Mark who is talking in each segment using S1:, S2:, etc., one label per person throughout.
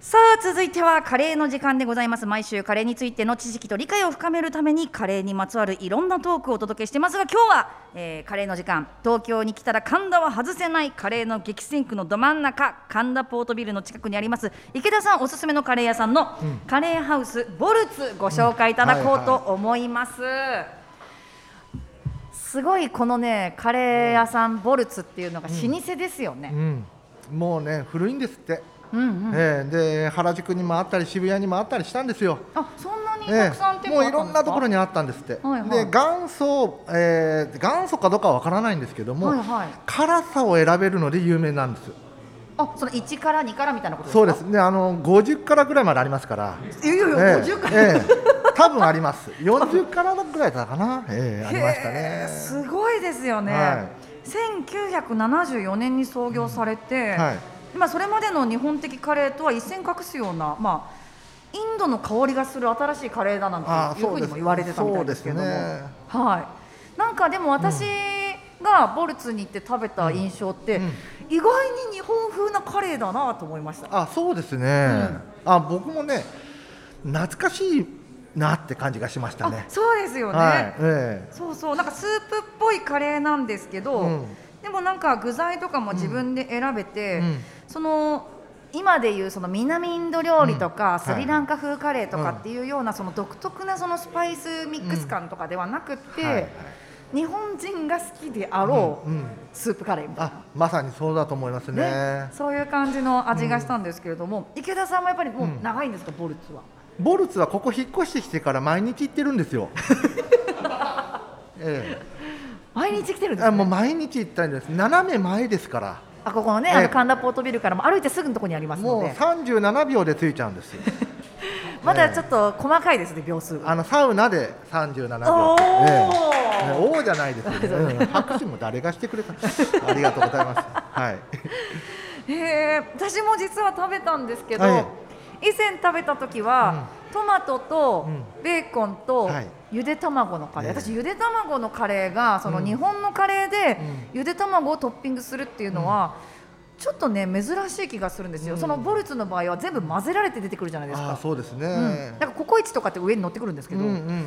S1: さあ続いてはカレーの時間でございます毎週カレーについての知識と理解を深めるためにカレーにまつわるいろんなトークをお届けしてますが今日は、えーカレーの時間東京に来たら神田は外せないカレーの激戦区のど真ん中神田ポートビルの近くにあります池田さんおすすめのカレー屋さんの、カレーハウスボルツご紹介いただこうと思います。すごいこのねカレー屋さんボルツっていうのが老舗ですよね。
S2: うん、もうね古いんですって、
S1: うんうん
S2: ええで原宿にもあったり渋谷にもあったりしたんですよ、
S1: あそんなにた
S2: え
S1: くさん
S2: え
S1: 店
S2: も
S1: 舗
S2: う
S1: あ
S2: い
S1: った
S2: ろ
S1: ん
S2: ん
S1: です
S2: な
S1: か
S2: ところにあったんですって、
S1: はいはい
S2: で元祖、ええ元祖かどうかは分からないんですけども、
S1: はいはい
S2: 辛さを選べるので有名なんです
S1: あその1から2からみたいなことですか
S2: そうですねあの50からぐらいまでありますから
S1: いやいやいや
S2: ええ
S1: 50から、
S2: ええ多分あります40からぐらいだったかな、ええありました
S1: へー
S2: ね
S1: すごいですよね、
S2: は
S1: 1974年に創業されて、
S2: はい
S1: まあ、それまでの日本的カレーとは一線隠すような、まあ、インドの香りがする新しいカレーだなん
S2: あ
S1: ていうふ
S2: ーそうう
S1: に
S2: です
S1: も言われてたみたいですけども、
S2: そうですね
S1: はい、なんかでも私がボルツに行って食べた印象って、
S2: うんうん
S1: 意外に日本風なカレーだなと思いました。
S2: あそうですね、あ僕もね懐かしいなって感じがしましたね
S1: あそうですよね、
S2: はい、え
S1: そうそうなんかスープっぽいカレーなんですけど、
S2: うん
S1: でもなんか具材とかも自分で選べて、
S2: うん
S1: その今でいうその南インド料理とか、
S2: うん
S1: スリランカ風カレーとか
S2: うん
S1: っていうようなその独特なそのスパイスミックス感とかではなくて、
S2: えはいはい
S1: 日本人が好きであろう、
S2: うんうん
S1: スープカレーみたいな。
S2: あまさにそうだと思いますね
S1: ね、そういう感じの味がしたんですけれども、池田さんもやっぱりもう長いんですか、ボルツは。
S2: ボルツはここ引っ越してきてから毎日行ってるんですよ え
S1: 毎日来てるん
S2: え
S1: です、
S2: あもう
S1: ね、
S2: 毎日行ったんです斜め前ですから
S1: あここのね、
S2: ええ
S1: あの神田ポートビルからも歩いてすぐのところにありますの
S2: もう
S1: で。
S2: 37秒で着いちゃうんですよ
S1: まだちょっと細かいですね、秒数が。
S2: あのサウナで37
S1: お
S2: 秒
S1: ー
S2: ええねおーじゃないです よね、うん拍手も誰がしてくれたありがとうございます はい
S1: へえ、私も実は食べたんですけど、
S2: はい
S1: 以前食べた時は、トマトと
S2: うん
S1: ベーコンと
S2: はい
S1: ゆで卵のカレー、
S2: ええ
S1: 私ゆで卵のカレーがその
S2: うん
S1: 日本のカレーでゆで卵をトッピングするっていうのは、ちょっとね珍しい気がするんですよ、
S2: うん
S1: そのボルツの場合は全部混ぜられて出てくるじゃないです
S2: あー
S1: か。
S2: そうですね、
S1: うん、だからココイチとかって上に乗ってくるんですけど、
S2: うんうん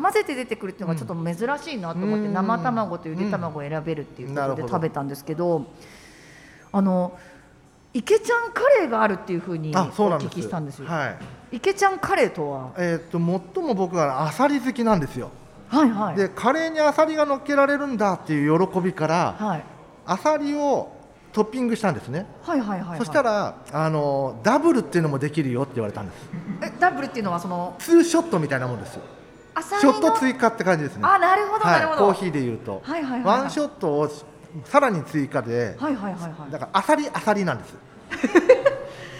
S1: 混ぜて出てくるっていうのがちょっと珍しいなと思って、
S2: うん
S1: 生卵とゆで卵を選べるっていうこ
S2: なる
S1: とで
S2: ほど
S1: 食べたんですけど,、あの池ちゃんカレーがあるっていうふうに
S2: う
S1: お
S2: ん、あそうなん
S1: 聞
S2: です
S1: きしたんですよ。
S2: はい
S1: 池ちゃんカレーとは、
S2: えー、と最も僕はアサリ好きなんですよ、
S1: はいはい、
S2: でカレーにアサリが乗っけられるんだっていう喜びから、
S1: はい、
S2: アサリをトッピングしたんですね、
S1: はいはいはいはい。
S2: そしたらあのダブルっていうのもできるよって言われたんです
S1: えダブルっていうのはその
S2: ツーショットみたいなもんですよ
S1: アサリ
S2: ショ
S1: の
S2: ット追加って感じですね
S1: あなるほどなるほ
S2: はい、
S1: ど、
S2: コーヒーでいうと、
S1: はいはいはいはい
S2: ワンショットをさらに追加で、
S1: はいはいはいはい
S2: だからアサリアサリなん です、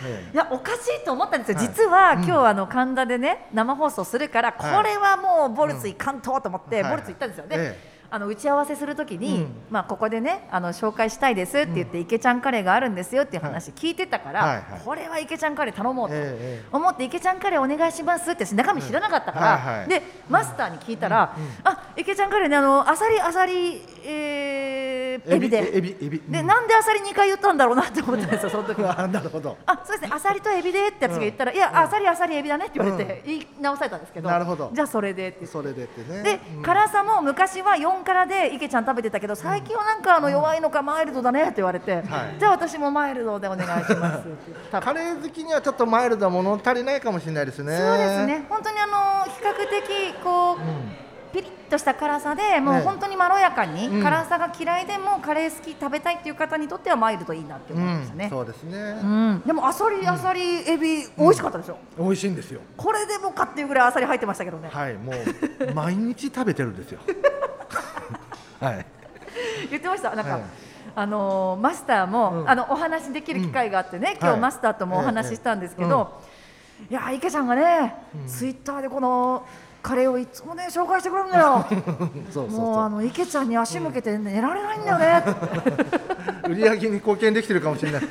S2: え
S1: いやおかしいと思ったんですよ、
S2: はい
S1: 実は、
S2: うん
S1: 今日あの神田でね生放送するから、
S2: はい
S1: これはもうボルツいかんとと思って、
S2: うん
S1: ボルツ行ったんですよね、
S2: はいえ
S1: あの打ち合わせするときに、
S2: うん
S1: まあ、ここでねあの紹介したいですって言って、池ちゃんカレーがあるんですよっていう話聞いてたから、
S2: はいはい
S1: これは池ちゃんカレー頼もうと。
S2: えええ
S1: 思って池ちゃんカレーお願いしますって私中身知らなかったから、
S2: うんはいはい
S1: でマスターに聞いたら、
S2: うんうん
S1: あ池ちゃんカレーねあのアサリアサリ、えーエビで
S2: エビエビ
S1: で、
S2: うん
S1: なんでアサリ2回言ったんだろうなって思ったんですよその時は
S2: あなるほど
S1: あそうですね、アサリとエビでってやつが言ったら、いや、アサリ、アサリ、エビだねって言われて、言い直されたんですけど、
S2: なるほど
S1: じゃあそれでって言って。
S2: それでってね
S1: で、
S2: うん
S1: 辛さも昔は4辛で池ちゃん食べてたけど最近はなんかあの弱いのかマイルドだねって言われて、
S2: はい
S1: じゃあ私もマイルドでお願いしますって言って食べ
S2: カレー好きにはちょっとマイルドは物足りないかもしれないですね
S1: そうですね本当にあの比較的こう、ピリッとした辛さでもう
S2: ね
S1: 本当にまろやかに、
S2: うん
S1: 辛さが嫌いでもカレー好き食べたいっていう方にとってはマイルドいいなって
S2: う
S1: 思いました
S2: ん
S1: ね、
S2: そうですね、
S1: うんでもアサリアサリエビ美味しかったでしょ、
S2: 美味しいんですよ
S1: これでもかっていうぐらいアサリ入ってましたけどね、
S2: はいも う毎日食べてるん ですよはい
S1: 言ってましたなんか、
S2: はい
S1: あのーマスターも、
S2: うん
S1: あのお話しできる機会があってね、
S2: ん
S1: 今
S2: は
S1: 日
S2: い
S1: マスターともお話ししたんですけど、いやー池ちゃんがね、ツイッターでこのカレーをいつもね紹介してくれるんだよ
S2: そうそう
S1: もうあ
S2: そ
S1: の池ちゃんに足向けて寝られないんだよ ね、
S2: う売り上げに貢献できてるかもしれない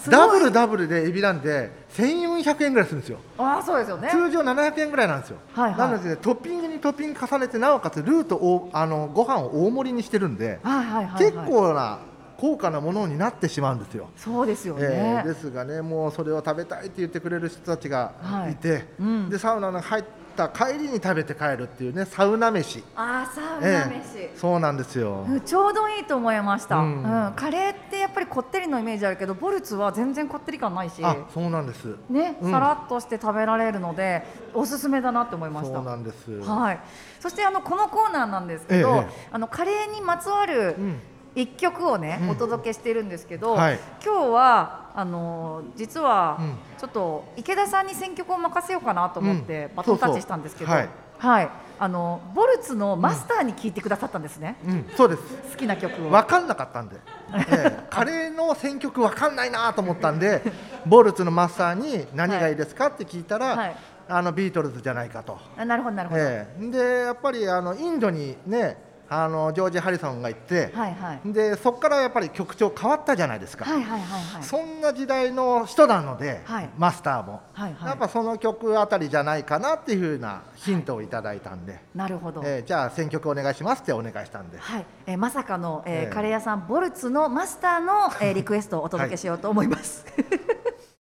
S1: すごい
S2: ダブルダブルでエビなんで1400円ぐらいするんですよ
S1: ああそうですよね
S2: 通常700円ぐらいなんですよ、
S1: はいはい
S2: なのでトッピングにトッピング重ねてなおかつルーとおあのご飯を大盛りにしてるんで、
S1: はいはいはい、はい、
S2: 結構な高価なものになってしまうんですよ。
S1: そうですよね、
S2: えーですがね、もうそれを食べたいって言ってくれる人たちがいて、
S1: うん
S2: でサウナに入った帰りに食べて帰るっていうね、サウナ飯、
S1: あーサウ
S2: え
S1: ナ
S2: え
S1: 飯、
S2: そうなんですよ。
S1: うんちょうどいいと思いました、う
S2: うんん
S1: カレーってやっぱりこってりのイメージあるけどボルツは全然こってり感ないし
S2: あそうなんです。
S1: ね、
S2: うん
S1: さらっとして食べられるのでおすすめだなって思いまし
S2: そうな
S1: た。
S2: んです。
S1: はい、そしてあのこのコーナーなんですけど、
S2: ええええ
S1: あのカレーにまつわる
S2: うん
S1: 一曲をね、
S2: うん
S1: お届けしてるんですけど、
S2: はい
S1: 今日はあのー実は
S2: うん
S1: ちょっと池田さんに選曲を任せようかなと思って
S2: うん
S1: バトンタッチしたんですけど、
S2: そうそう
S1: はい、あのボルツのマスターに聞いてくださったんですね、
S2: うん、そうです。
S1: 好きな曲を。
S2: 分かんなかったんで、え えカレーの選曲分かんないなと思ったんでボルツのマスターに何がいいですかって聞いたら、
S1: はい
S2: あのビートルズじゃないかと、
S1: あなるほどなるほど、
S2: ええでやっぱりあのインドにねあのジョージ・ハリソンが行って、
S1: はいはい
S2: でそこからやっぱり曲調変わったじゃないですか、
S1: はいはいはいはい。
S2: そんな時代の人なので、
S1: はい
S2: マスターも、
S1: はいはい
S2: やっぱその曲あたりじゃないかなっていうふうなヒントをいただいたんで、
S1: なるほど。
S2: ええじゃあ選曲お願いしますってお願いしたんで。
S1: はい、えーまさかの、えー
S2: ええ
S1: カレー屋さんボルツのマスターの、えーリクエストをお届けしようと思います。